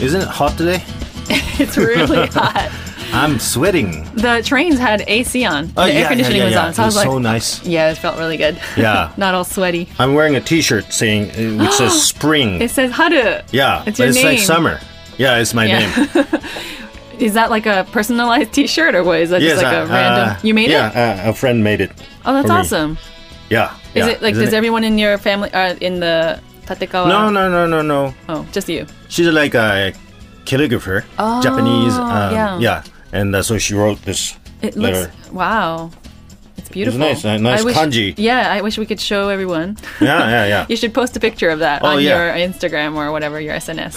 Isn't it hot today? It's really hot. I'm sweating. The trains had AC on. Oh, the yeah, air conditioning yeah, yeah, was yeah. on. So I It was was like, so nice. yeah, it felt really good. Yeah. Not all sweaty. I'm wearing a T-shirt saying uh, which says spring. It says Haru. yeah, It's but your it's name. like summer. Yeah, it's my Yeah. name. Is that like a personalized T-shirt or what? Is that just like a uh, random? uh, you made yeah, it? Yeah, uh, a friend made it. Oh, that's for me. awesome. Yeah. Is yeah. it like? Isn't Does everyone in your family uh, in the Tatekawa? No, no, no, no, no. Oh, just you. She's like a calligrapher, Japanese. Um, Oh, yeah. and uh, so she wrote this It looks letter. wow. It's beautiful. nice, uh, nice I wish, kanji. Yeah, I wish we could show everyone. yeah, yeah, yeah. You should post a picture of that Oh, on yeah. your Instagram or whatever your SNS,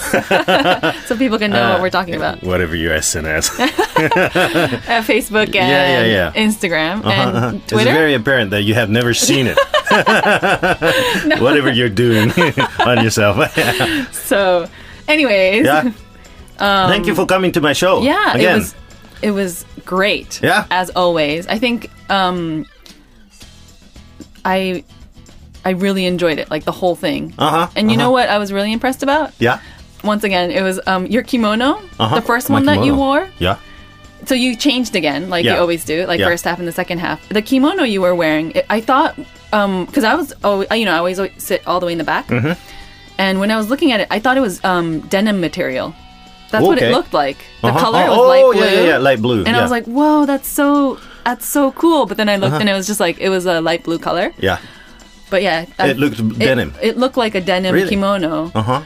so people can know what we're talking about. Uh, Whatever your SNS. At Facebook and Yeah, yeah, Uh-huh, yeah. Instagram and it's Twitter. very apparent that you have never seen it. Whatever you're doing on yourself. so, anyways, Um, yeah. Thank you for coming to my show. Yeah, Again. it was it was great. Yeah. As always. I think um I I really enjoyed it, like the whole thing. Uh-huh, And you know what I was really impressed about? yeah. Once again, it was um your kimono, Uh-huh. the first My one that you kimono. wore. Yeah. So you changed again, like Yeah. you always do, like Yeah. first half and the second half. The kimono you were wearing, it, I thought, um, because I was, oh, you know, I always sit all the way in the back, mm-hmm. and when I was looking at it, I thought it was um denim material. That's what it Okay. looked like. The Uh-huh. color oh, was light oh, blue. Yeah, yeah, yeah, light blue. And yeah. Uh-huh. I was like, whoa, that's so that's so cool. But then I looked and it was just like it was a light blue color. yeah. But yeah, I- It looked denim. It looked like a denim Really? kimono, Uh huh.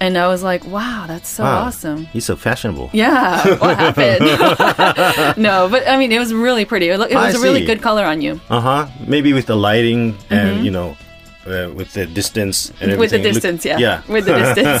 and I was like, wow, that's so awesome. He's so fashionable. Yeah, what happened? no, but I mean, it was really pretty. It, look, it I was a really see. good color on you. Uh huh. Maybe with the lighting and you know, uh, with the distance and everything. Mm-hmm. With the it looked- distance, yeah. Yeah. With the distance.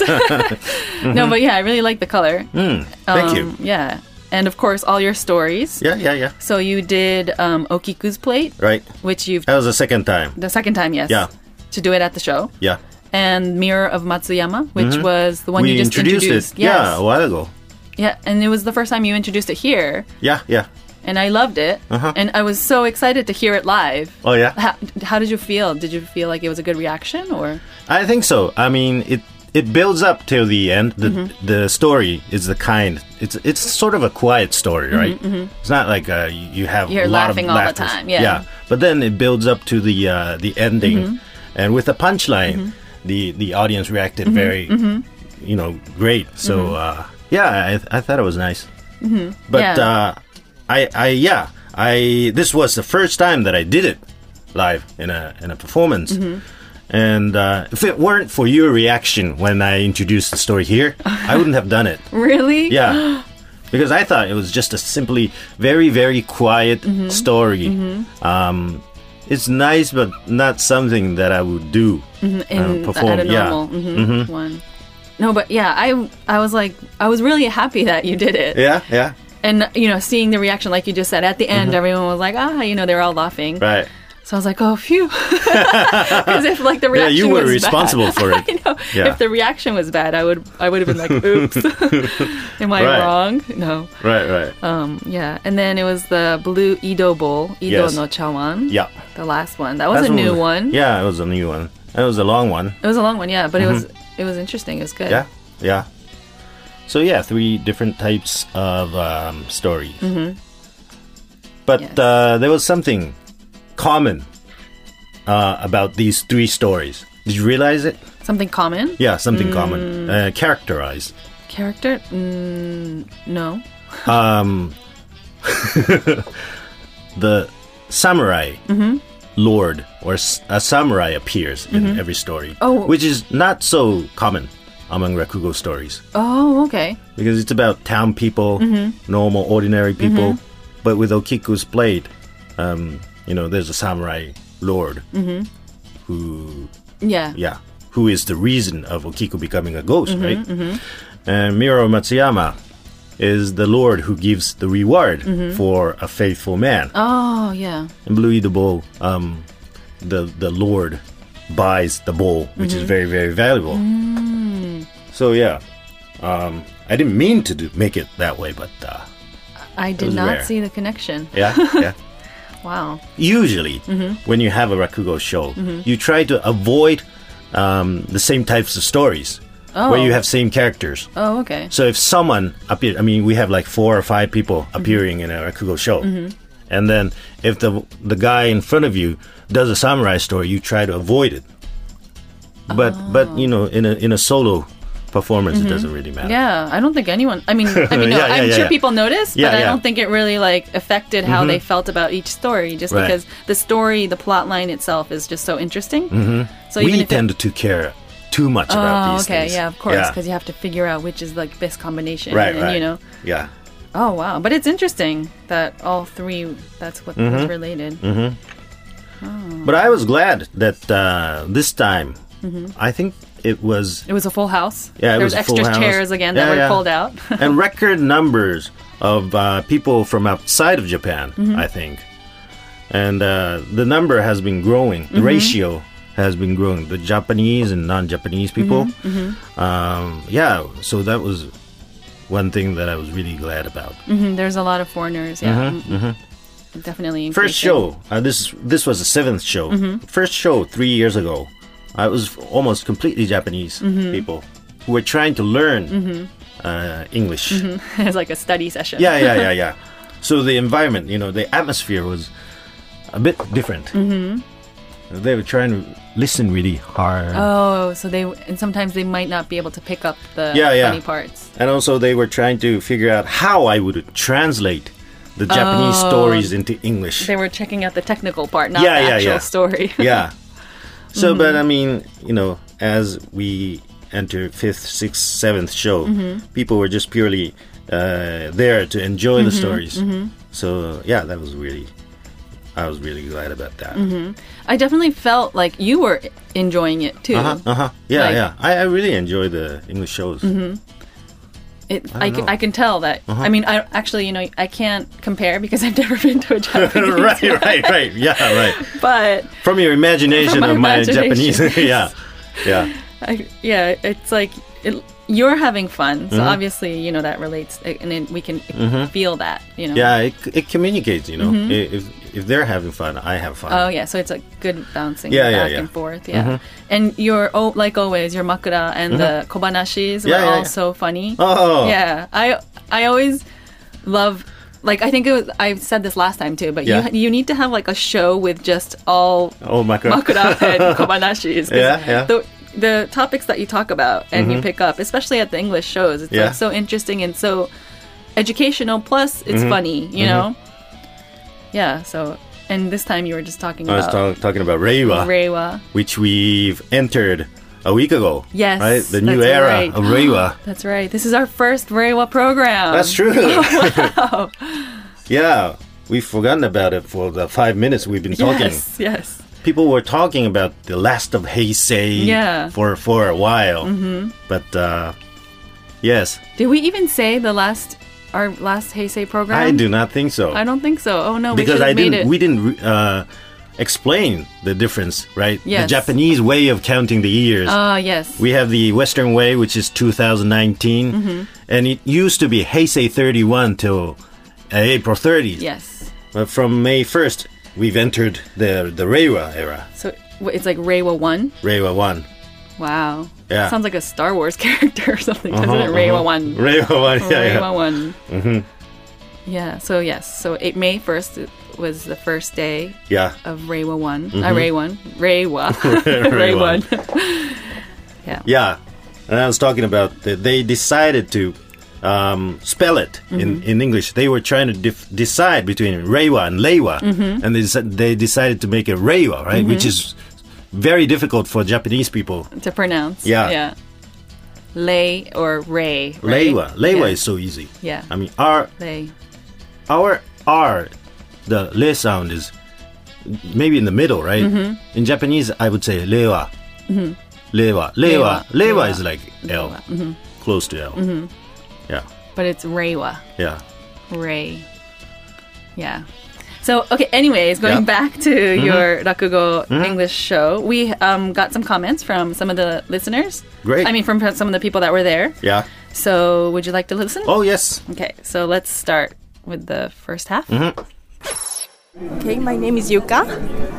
No, but yeah, I really like the color. Mm-hmm. Mm. Thank Um, you. Yeah. And of course, all your stories. Yeah, yeah, yeah. So you did um, Okiku's Plate, Right. which you've That was the second time. the second time, yes. Yeah. To do it at the show. Yeah. And Mirror of Matsuyama, which was the one Mm-hmm. we you just introduced, introduced. it. Yeah, a while ago. Yeah, and it was the first time you introduced it here, Yeah, yeah. and I loved it. Uh-huh. And I was so excited to hear it live. Oh yeah. How, how did you feel? Did you feel like it was a good reaction or? I think so. I mean, it it builds up till the end. The Mm-hmm. the story is the kind. It's it's sort of a quiet story, right? It's not like uh, you you have Mm-hmm, You're a lot laughing of all the laughter. time, yeah. Mm-hmm. But then it builds up to the uh, the ending, and with the punchline, the the audience reacted Mm-hmm, very, you know, great. So uh, yeah, I, I thought it was nice. But Mm-hmm. Yeah. uh, I I yeah I this was the first time that I did it live in a in a performance. Mm-hmm. And uh, if it weren't for your reaction when I introduced the story here, I wouldn't have done it. Really? Yeah. Because I thought it was just a simply very, very quiet Mm-hmm. story. Um, it's nice, but not something that I would do. Mm-hmm. In, Uh, perform, at a yeah. Mm-hmm. normal mhm, one. No, but yeah, I I was like I was really happy that you did it, Yeah, yeah. and you know, seeing the reaction like you just said at the end, everyone was like, ah, you know, they were all laughing. Mm-hmm. Right. So I was like, oh, phew, because if like the Yeah, reaction you were was responsible for it. bad, you know, Yeah. if the reaction was bad, I would I would have been like, oops, am I Right. wrong? No. Right, right. Um, yeah, and then it was the blue Ido bowl, Ido Yes. no chawan. Yeah. the last one. That was That's a what new was- one. Yeah, it was a new one. It was a long one. it was a long one. Yeah, but it was it was interesting. It was good. Mm-hmm. Yeah, yeah. So yeah, three different types of um, stories. Mm-hmm. But Yes. uh, there was something common uh, about these three stories. Did you realize it? Something common Mm. Yeah, something Hmm. common. Uh, characterized. character? Mm, no. Um, The samurai Mm-hmm. lord or s- a samurai appears in every story, Oh. which is not so common among Rakugo stories. Oh, okay. because it's about town people, normal, ordinary people. But with Okiku's blade, um, you know, there's a samurai lord who, Mm-hmm. Yeah. yeah, who is the reason of Okiku becoming a ghost, Mm-hmm. right? And Miro Matsuyama is the lord who gives the reward for a faithful man. Oh, yeah. And Blue the Bull, um, the the Lord buys the bull, which is very very valuable. So yeah, um, I didn't mean to do, make it that way, but uh, I did was not rare. see the connection. yeah, yeah. Wow. Usually, Mm-hmm. when you have a rakugo show, you try to avoid um, the same types of stories. where you Oh. have same characters. Oh, okay. So if someone appear, I mean, we have like four or five people Mm-hmm. appearing in a Rakugo show, and then if the the guy in front of you does a samurai story, you try to avoid it. But Oh. but you know, in a in a solo performance, Mm-hmm. it doesn't really matter. Yeah, I don't think anyone. I mean, I mean, no, Yeah, yeah, I'm yeah, sure yeah. people noticed, Yeah, but I yeah. Mm-hmm. don't think it really like affected how they felt about each story, just Right. because the story, the plot line itself, is just so interesting. Mm-hmm. So even we if it- tend to care too Mm, much oh, about these okay, things. yeah, of course, because you have to figure out which is like best combination, right, and right. you know. yeah. Oh wow, but it's interesting that all three. That's what was related. Mm-hmm. Mm. Oh. But I was glad that uh, this time, I think it was Mm-hmm. It was a full house. Yeah, it there was was, a full extra house. chairs again Yeah, that were yeah. pulled out. and record numbers of uh, people from outside of Japan, Mm-hmm. I think. And uh, the number has been growing. Mm-hmm. The ratio has been growing. The Japanese and non-Japanese people. Mm-hmm. Um, yeah, so that was one thing that I was really glad about. Mhm, There's a lot of foreigners. Yeah, Mm. mm-hmm. definitely. First increasing. show. Uh, this this was the seventh show. First show three years ago. I was almost completely Japanese people who were trying to learn uh, English. Mm-hmm. it's like a study session. Yeah, yeah, yeah, yeah. so the environment, you know, the atmosphere was a bit different. Mm. Mm-hmm. They were trying to listen really hard, Oh, so they and sometimes they might not be able to pick up the Yeah, yeah. funny parts. and also they were trying to figure out how I would translate the Japanese stories into English. They were checking out the technical part, not Yeah, the yeah, actual yeah. story. Mm-hmm. yeah. So, but I mean, you know, as we enter fifth, sixth, seventh show, Mm-hmm. people were just purely uh, there to enjoy Mm-hmm. the stories. So, yeah, that was really, I was really glad about Mm, that. Mm-hmm. I definitely felt like you were enjoying it too. Uh huh. Uh-huh. Yeah, Like- Mm. yeah. I, I really enjoy the English shows. Mm-hmm. It, don't I, can, know. Uh-huh. I can tell that. I mean, I actually, you know, I can't compare because I've never been to a Japanese. right, right, right. Yeah, right. But From your imagination From my of my imagination. Japanese. yeah, yeah. I, yeah, it's like it, you're having fun. Mm-hmm. So obviously, you know, that relates, uh, and then we can feel that. You know. Mm-hmm. Yeah, it, it communicates, you know. I- If if they're having fun, I have fun. Oh yeah, so it's like good bouncing Yeah, yeah, back yeah. and forth. Yeah, and your oh, like always, your makura and the kobanashis Yeah, were yeah, all yeah. so funny. Oh. yeah, I I always love. Like I think it was, I said this last time too, but Yeah. you you need to have like a show with just all Oh my god. makura and kobanashis. 'cause Yeah, yeah. Mm-hmm. The, the topics that you talk about and you pick up, especially at the English shows, it's Yeah. like so interesting and so educational. Plus, it's Mm-hmm. funny, you know. Yeah. So, and this time you were just talking I was about talk, Oh, talking about Reiwa, Reiwa. which we've entered a week ago. Yes, Right? The new that's era right. of Reiwa. That's right. This is our first Reiwa program. That's true. yeah. We've forgotten about it for the five minutes we've been talking. Yes. Yes. people were talking about the last of Heisei Yeah. for for a while. Mm-hmm. But uh, yes, Did we even say the last our last Heisei program? I do not think so I don't think so. Oh no, we because should I have made it. didn't. We didn't re- uh, explain the difference, right? The Yes. Japanese way of counting the years. Ah yes. we have the Western way, which is 2019, Mm-hmm. and it used to be Heisei 31 till uh, April 30. yes. But from May 1st, we've entered the the Reiwa era, So w- it's like Reiwa one. Reiwa 1. Wow. Yeah. Sounds like a Star Wars character or something, doesn't it? Reiwa one. Uh-huh, Reiwa 1, yeah, yeah. Mm-hmm. Reiwa one. Yeah. So yes. So it, May first was the first day Yeah. Mm-hmm. of Reiwa one. Uh, Ray one. Reiwa. Ray Reiwa. one. yeah. Yeah, and I was talking about that they decided to um, spell it in, Mm-hmm. in English. They were trying to def- decide between Reiwa and Leiwa, Mm-hmm. and they, deci- they decided to make it Reiwa, right? Which is very difficult for Japanese people. To pronounce. Yeah. Yeah. Lei or Ray. Right? Leiwa, Leiwa yeah. is so easy. Yeah. I mean our Lei. our R, the le sound is maybe in the middle, right? Mm-hmm. In Japanese, I would say Leiwa. Leiwa, Leiwa, Leiwa. Leiwa Leiwa. Mm-hmm. is like L, close to L. Yeah, But it's Reiwa. yeah. Ray. Yeah. So okay. Anyways, going Yeah. Mm-hmm. back to your Rakugo English show, we um, got some comments from some of the listeners. Great. I mean, from some of the people that were there. Yeah. So, would you like to listen? Oh yes. Mm-hmm. Okay. So let's start with the first half. Okay, my name is Yuka.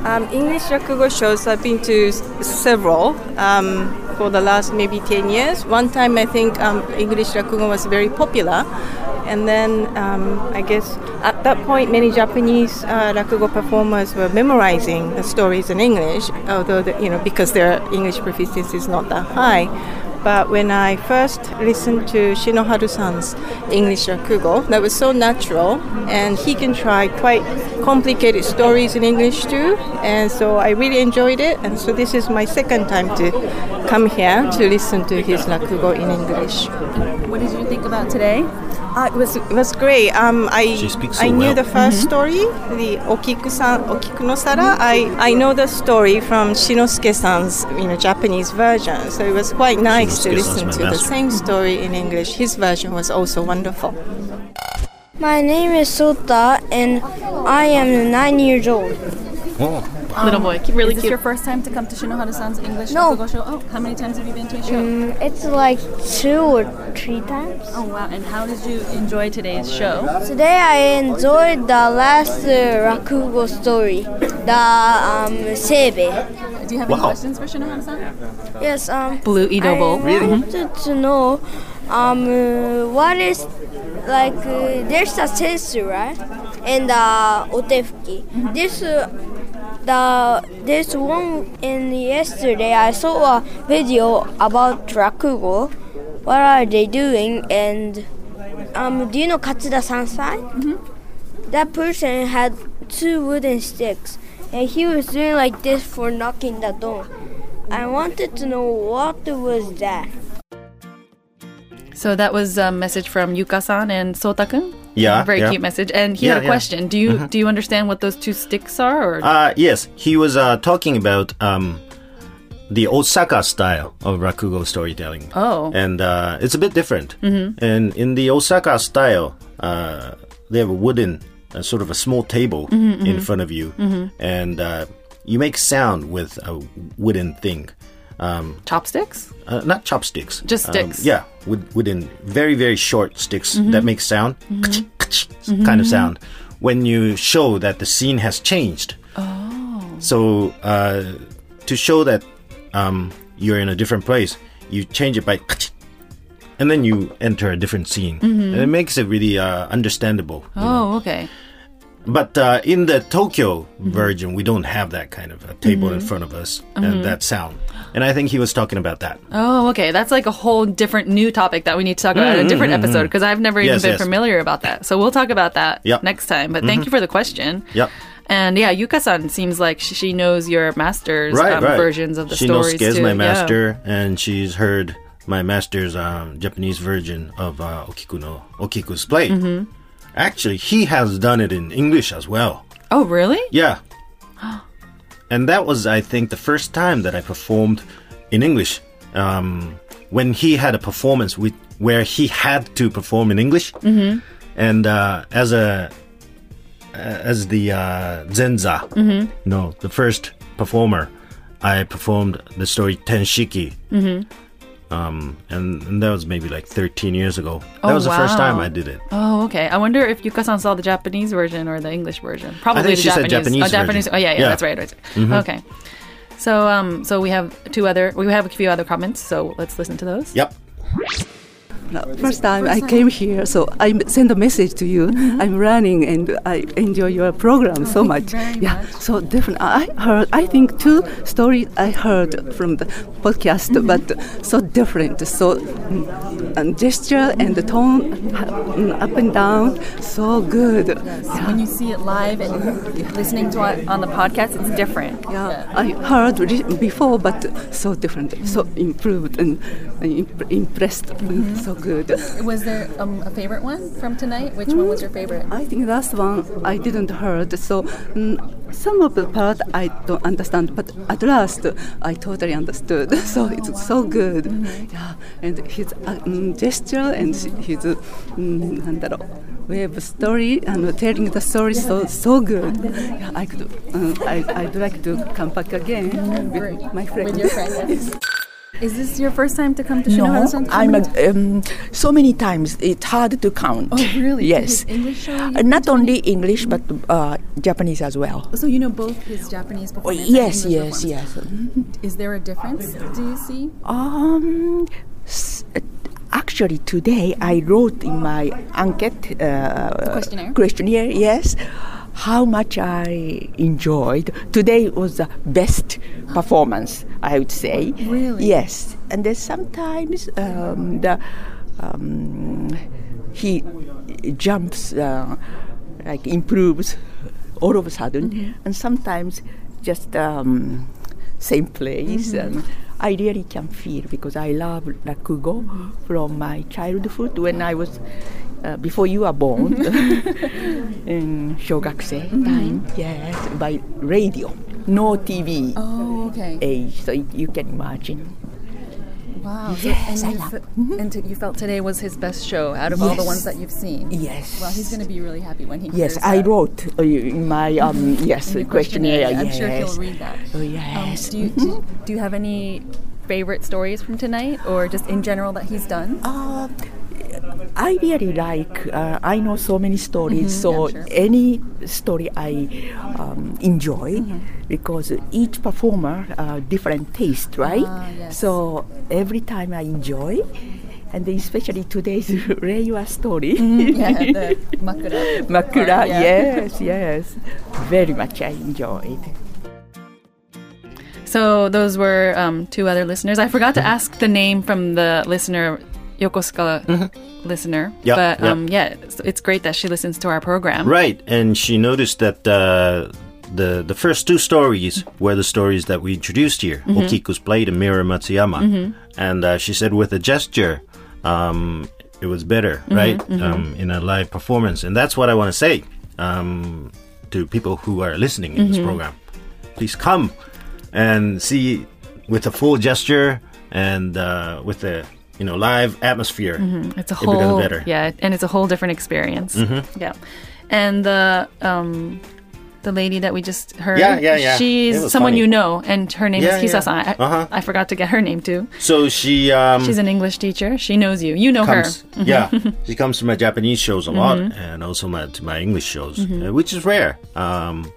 Um, English Rakugo shows I've been to s- several um, for the last maybe 10 years. One time I think um, English Rakugo was very popular. And then um, I guess at that point many Japanese uh, Rakugo performers were memorizing the stories in English, although, the, you know, because their English proficiency is not that high. But when I first listened to Shinoharu-san's English rakugo, that was so natural, and he can try quite complicated stories in English too, and so I really enjoyed it. And so this is my second time to come here to listen to his rakugo in English. What did you think about today? Ah, it was it was great. Um, I She speaks I so knew well. the 1st Mm-hmm. story, the Okiku-san, Okikunosara. I I know the story from Shinosuke-san's you know Japanese version, so it was quite nice to Shinosuke-san's listen my to the master. same story in English. His version was also wonderful. My name is Sota, and I am nine years old. Oh, Little boy, cu- really Is this cute. your first time to come to Shinohara-san's English No. Mm, Rakugo show? Oh, how many times have you been to a show? It's like two or three times. Oh wow! And how did you enjoy today's show? Today I enjoyed the last uh, Rakugo story, the um, Sebe. Do you have Wow. any questions for Shinohara-san? Yes, um, Blue Edo I bowl. Mm-hmm. wanted to know um, uh, what is like uh, there's a sensu right and uh, otefuki. Mm-hmm. This uh, the this one in yesterday I saw a video about rakugo. What are they doing? And um, do you know Katsuda Sansai? Mm-hmm. That person had two wooden sticks, and he was doing like this for knocking the door. I wanted to know what was that. So that was a message from Yuka-san and Sota-kun. Yeah, very yeah. cute message. And he Yeah, had a yeah. question. Do you do you understand what those two sticks are? Or uh, yes, he was uh, talking about um, the Osaka style of rakugo storytelling. Oh. and uh, it's a bit different. Mm-hmm. And in the Osaka style, uh, they have a wooden, uh, sort of a small table Mm-hmm, in front of you, Mm-hmm. and uh, you make sound with a wooden thing. Um, chopsticks? uh, not chopsticks. Just Um, sticks. Mm-hmm. yeah, with, within very very short sticks that make sound, kind of sound, when you show that the scene has changed. Oh. So uh, to show that um, you're in a different place, you change it by, and then you enter a different scene, Mm-hmm. and it makes it really uh, understandable. you know. Oh, okay. But uh, in the Tokyo Mm-hmm. version, we don't have that kind of a table in front of us and that sound. And I think he was talking about that. Oh, okay. That's like a whole different new topic that we need to talk about in a different episode because I've never even Mm-hmm, Yes, been yes. familiar about that. So we'll talk about that Yep. Mm-hmm. next time. But thank you for the question. Yep. And yeah, Yuka-san seems like sh- she knows your master's um, versions of the she stories knows too. my Yeah. master, and she's heard my master's um, Japanese version of uh, Okiku no Okiku's play. Mm-hmm. Actually, he has done it in English as well. Oh, really? Yeah, and that was, I think, the first time that I performed in English. Um, when he had a performance with where he had to perform in English, mm-hmm. and uh, as a as the uh, Zenza, Mm-hmm. no, the first performer, I performed the story Tenshiki. Mm-hmm. Um, and, and that was maybe like 13 years ago. That Oh, was the first time wow. I did it. Oh, okay. I wonder if Yuka-san saw the Japanese version or the English version. Probably think the she said Japanese. oh, Japanese Japanese. version. Oh, yeah, yeah, Yeah. Mm-hmm. That's right. That's right. Okay. So, um, so we have two other. We have a few other comments. So let's listen to those. Yep. First time I came here, so I m- send a message to you. I'm running and I enjoy your program so much. yeah, so different. I heard, I think two stories I heard from the podcast, but so different. So mm, and gesture and the tone, mm, up and down, so good. Yeah. When you see it live and listening to it on the podcast, it's different. Yeah, I heard re- before, but so different, so improved and uh, imp- impressed, mm, so good. Was there um, a favorite one from tonight? Which one was your favorite? I think that's one I didn't heard. So mm, some of the part I don't understand, but at last I totally understood. So it's so good. Yeah, and his uh, mm, gesture and his mm, なんだろう web story and telling the story so so good. Yeah, I could. Uh, I I'd like to come back again with my friend. With your friend. Is this your first time to come to No, Shinohara-san? How I'm many a, um, so many times it's hard to count. Oh, really? yes. His English show Uh, you not only English but uh, Japanese as well. So you know both his Japanese Oh, performance. and yes, English yes, performance. yes. Is there a difference? Do you see? Um, s- uh, actually, today I wrote in my enquete uh, Questionnaire. questionnaire, yes, how much I enjoyed. Today was the best performance, I would say. Really? Yes, and then sometimes um, the um, he jumps, uh, like improves all of a sudden, and sometimes just um, same place. Mm-hmm. And I really can feel because I love rakugo Mm-hmm. from my childhood when I was. Uh, before you are born, Mm-hmm. in shogakusei time, yes, by radio, no TV Oh, okay. age, so y- you can imagine. Wow. so- and you fe- and t- you felt today was his best show out of all the ones Mm-hmm. Yes. that you've seen. Yes. Well, he's going to be really happy when he Yes, hears I that. wrote uh, in my um, yes The questionnaire. I'm yes. sure he'll read that. Oh Um, yes. Mm-hmm. do, you, do, do you have any favorite stories from tonight, or just in general that he's done? Uh, I really like. Uh, I know so many stories, so Mm-hmm. yeah, sure. any story I um, enjoy Mm-hmm. because each performer uh, different taste, right? Ah, yes. So every time I enjoy, and then especially today's Reiwa story, Mm-hmm. yeah, the makura. Makura. Yeah. Yes, yes, very much I enjoyed. So those were um, two other listeners. I forgot to Mm-hmm. ask the name from the listener, Yokosuka Mm-hmm. listener. Yeah, but yeah. um, yeah, it's, it's great that she listens to our program. Right, and she noticed that uh, the the first two stories were the stories that we introduced here. Mm-hmm. Okiku's Blade and Mira Matsuyama, and uh, she said with a gesture, um, it was better, Mm-hmm, right, Um, in a live performance, and that's what I want to say um, to people who are listening in Mm-hmm. this program. Please come and see with a full gesture and uh, with a you know live atmosphere. Mm-hmm, It's a It becomes whole better. Mm-hmm. yeah, and it's a whole different experience. Yeah, and the um, the lady that we just heard, Yeah, yeah, yeah. It she's was someone funny. you know, and her name Yeah, is Kisa-san. yeah. I, Uh-huh. I forgot to get her name too. So she um, She's an English teacher. She knows you. You know comes, her. Mm-hmm. yeah, she comes to my Japanese shows a lot, and also my to my English shows, Mm-hmm. uh, which is rare. Um,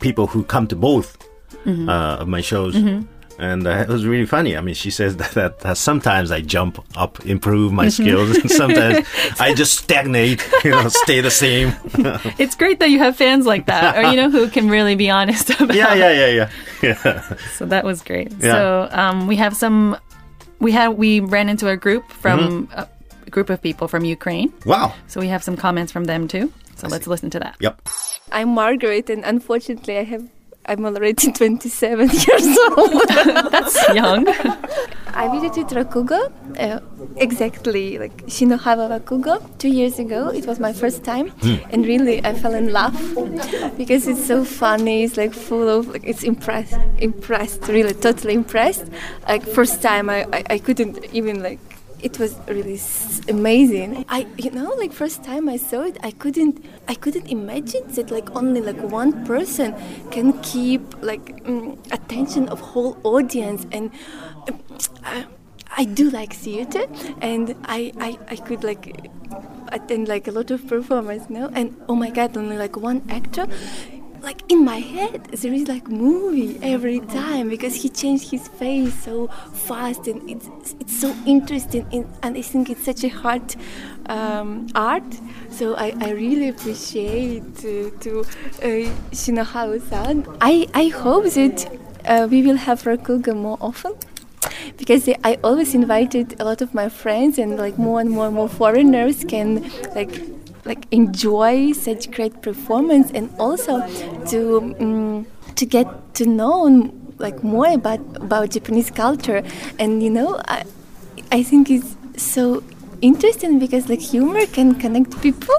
people who come to both Mm-hmm. uh, of my shows, and uh, it was really funny. I mean, she says that, that, that sometimes I jump up, improve my Mm-hmm. skills, and sometimes I just stagnate, you know, stay the same. It's great that you have fans like that, or you know, who can really be honest about. Yeah, yeah, yeah, yeah, yeah. So that was great. Yeah. So um, we have some. We had we ran into a group from a group of people from Ukraine. Mm-hmm. Wow. So we have some comments from them too. So let's listen to that. Yep. I'm Margaret, and unfortunately, I have I'm already 27 years old. That's young. I visited Rakugo, uh, exactly like Shinohara Rakugo, two years ago. It was my first time, and really I fell in love because it's so funny. It's like full of like it's impressed, impressed, really totally impressed. Like first time, I I, I couldn't even like. It was really s- amazing. I, you know, like first time I saw it, I couldn't, I couldn't imagine that like only like one person can keep like mm, attention of whole audience and um, I, I do like theater and I, I, I could like attend like a lot of performers now and oh my god only like one actor like in my head there is like movie every time because he changed his face so fast and it's it's so interesting in, and I think it's such a hard um, art so I, I really appreciate uh, to uh, Shinohara-san I, I hope that uh, we will have Rakugo more often because they- I always invited a lot of my friends and like more and more and more foreigners can like like enjoy such great performance and also to mm to get to know like more about about Japanese culture and you know I I think it's so interesting because like humor can connect people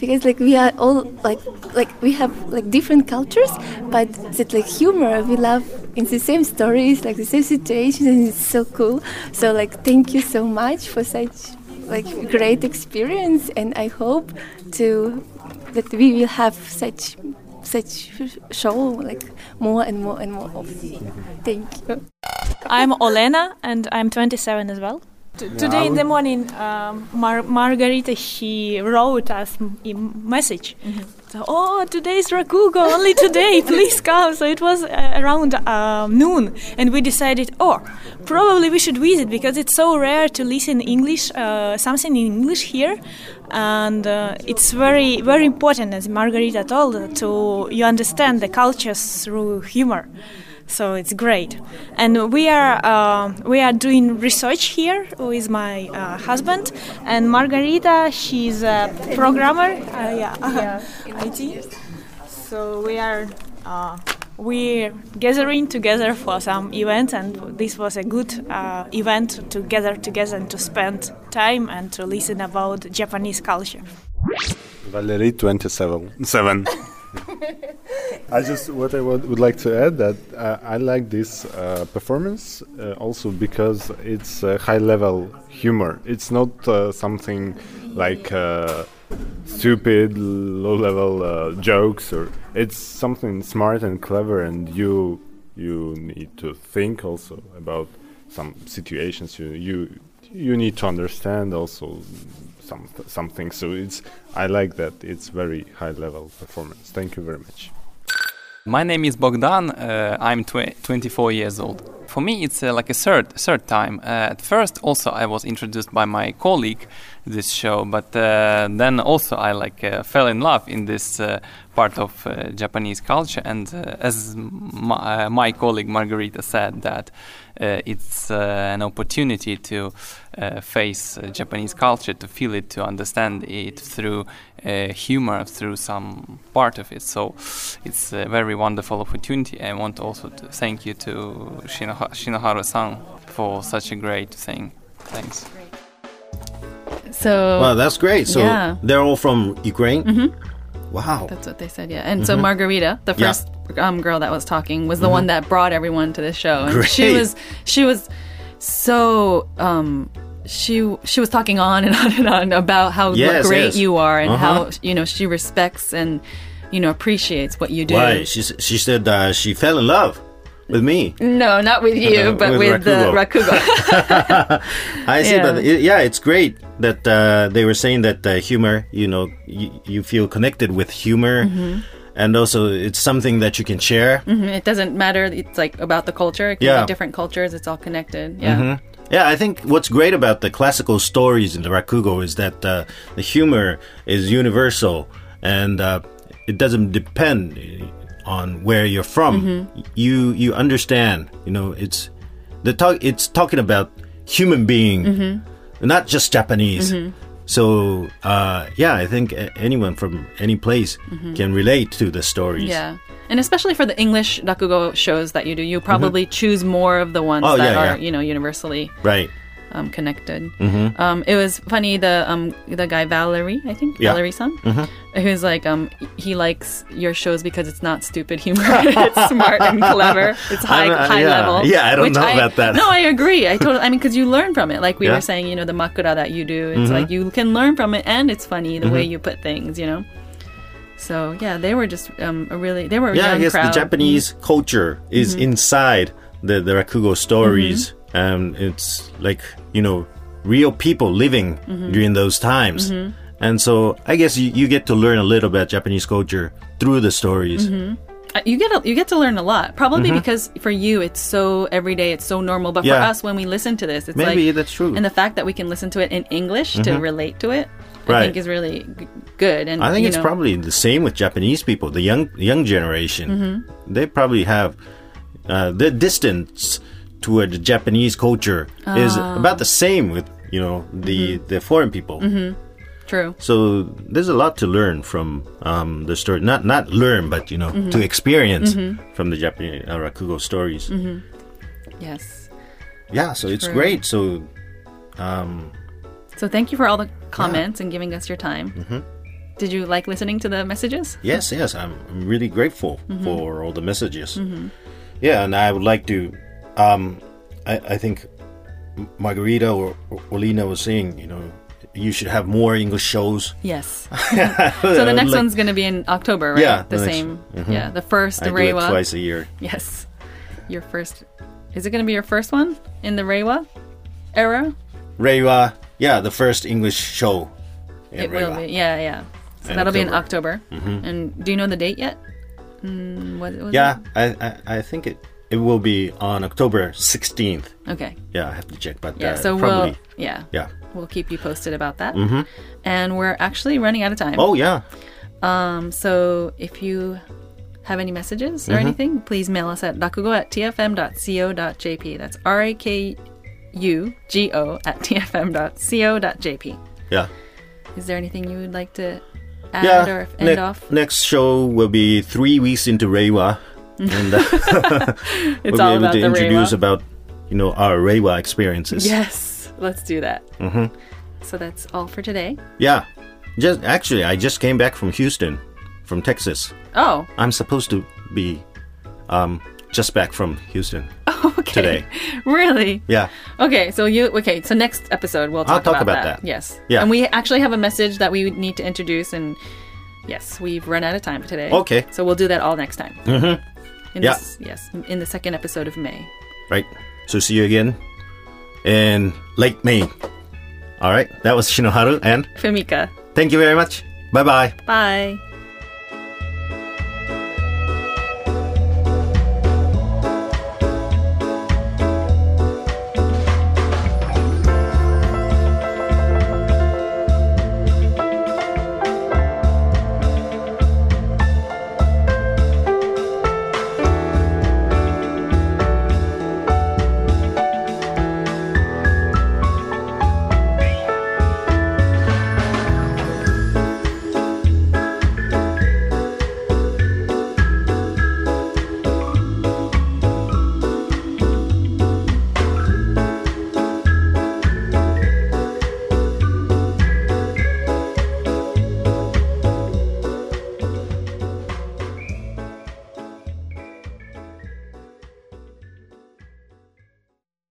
because like we are all like like we have like different cultures but that like humor we love in the same stories like the same situations and it's so cool so like thank you so much for such like great experience and i hope to that we will have such such show like more and more and more often. Thank you. I'm Olena and I'm 27 as well. T- today in the morning, um, Mar- Margarita she wrote us m- a message. So, oh, today's Rakugo, only today, please come. So it was uh, around uh, noon, and we decided, oh, probably we should visit because it's so rare to listen English, uh, something in English here, and uh, it's very, very important, as Margarita told, to you understand the cultures through humor so it's great. And we are uh, we are doing research here with my uh, husband and Margarita. She's a programmer. Uh, yeah, IT. So we are. Uh, we're gathering together for some event, and this was a good uh, event to gather together and to spend time and to listen about Japanese culture. Valerie, 27. Seven. I just what I would, would like to add that uh, I like this uh, performance uh, also because it's uh, high level humor. It's not uh, something like uh, stupid low level uh, jokes or it's something smart and clever and you you need to think also about some situations you you you need to understand also some something so it's I like that it's very high level performance. Thank you very much. My name is Bogdan. Uh, I'm tw- 24 years old. For me, it's uh, like a third third time. Uh, at first, also I was introduced by my colleague this show, but uh, then also I like uh, fell in love in this uh, part of uh, Japanese culture. And uh, as my, uh, my colleague Margarita said, that uh, it's uh, an opportunity to uh, face uh, Japanese culture, to feel it, to understand it through uh, humor, through some part of it. So it's a very wonderful opportunity. I want also to thank you to Shinoha- Shinoharu-san for such a great thing. Thanks. So Wow, Oh, that's great. So Yeah. Mm-hmm. they're all from Ukraine. Wow. Mm-hmm. that's what they said, yeah. And so Margarita, the first um, girl that was talking, was the one that brought everyone to this show, and she Great. was she was so um, she she was talking on and on and on about how lo- Yes, great yes. you are and Uh-huh. how you know she respects and you know appreciates what you do. Why? She s- she said uh, she fell in love with me. No, not with you, but with, With the rakugo. I see, Yeah. but it, yeah, it's great that uh, they were saying that uh, humor, you know, y- you feel connected with humor, Mm-hmm. and also it's something that you can share. it doesn't matter. It's like about the culture. It can Yeah. be different cultures. It's all connected. Yeah. Yeah, I think what's great about the classical stories in the Rakugo is that uh, the humor is universal and uh, it doesn't depend uh, on where you're from. Mm-hmm. You you understand, you know, it's the talk it's talking about human being, Mm-hmm. not just Japanese. So, uh, yeah, I think a- anyone from any place can relate to the stories. Mm-hmm. Yeah. And especially for the English rakugo shows that you do, you probably choose more of the ones Mm-hmm. Oh, that yeah, are, yeah. you know, universally Right. Mm-hmm. um, connected. Um, it was funny the um, the guy Valerie, I think Yeah. Valerie son, Mm-hmm. who's like um, he likes your shows because it's not stupid humor, it's smart and clever, it's high don't- high yeah. level. Yeah, I don't which know about that. No, I agree. I totally. I mean, because you learn from it. Like we Yeah. Mm-hmm. were saying, you know, the makura that you do, it's like you can learn from it, and it's funny the way you put things, you know. So yeah, they were just um, a really they were a yeah, young I guess crowd. Mm-hmm. the Japanese culture is inside the, the Rakugo stories, Mm-hmm. and it's like you know real people living Mm-hmm. during those times, and so I guess you, you get to learn a little about Japanese culture through the stories. Uh, you get a, you get to learn a lot probably because for you it's so everyday it's so normal but for Mm-hmm. Yeah. us when we listen to this it's Maybe like that's true. Mm-hmm. and the fact that we can listen to it in english to relate to it i Right. think is really g- good and I think you it's know, probably the same with Japanese people, the young young generation. Mm-hmm. They probably have uh, their distance toward the Japanese culture is about the same with you know the the foreign people. Mm-hmm. true So there's a lot to learn from um, the story. Not not learn, but you know, to experience from the Japanese uh, rakugo stories. Mm-hmm. yes Yeah, so it's Mm. True. great. So um, so thank you for all the comments and giving us your time mm-hmm. did you like listening to the messages yes, yes, I'm, I'm really grateful Mm-hmm. for all the messages. Yeah, and I would like to. Um, I, I think Margarita or, or Olina was saying, you know, you should have more English shows. Yes. so the next one's going to be in October, right? Yeah, The, the next- same. mhm. Yeah. The first, the I do it Reiwa. twice a year. Yes. Your first. Is it going to be your first one in the Reiwa era? Reiwa, yeah, the first English show. in it will Reiwa. be. Yeah, yeah. So In that'll be in October. October. Mhm. And do you know the date yet? Mm, what, was Yeah, it? I, I I think it it will be on October sixteenth. Okay. Yeah, I have to check, but Yeah. uh, so probably. we'll. Yeah. Yeah. We'll keep you posted about that. Mhm. And we're actually running out of time. Oh yeah. Um, so if you have any messages or Mhm. anything, please mail us at rakugo at tfm.co.jp. That's R A K U G O at tfm.co.jp. Yeah. Is there anything you would like to add yeah. or end ne- off? Next show will be three weeks into Reiwa, and uh, we'll be all able about to the introduce Reiwa. about you know our Reiwa experiences. Yes, let's do that. hmm So that's all for today. Yeah. Just actually, I just came back from Houston, from Texas. Oh, I'm supposed to be, um, just back from Houston okay. today. Really? Yeah. Okay, so you okay? So next episode we'll I'll talk, talk about that. Yes. Yeah. And we actually have a message that we need to introduce, and yes, we've run out of time today. Okay. So we'll do that all next time. Mm-hmm. In Yeah. This, yes, in the second episode of May. Right. So see you again in late May. All right. That was Shinoharu, and Famika, thank you very much. Bye bye. bye.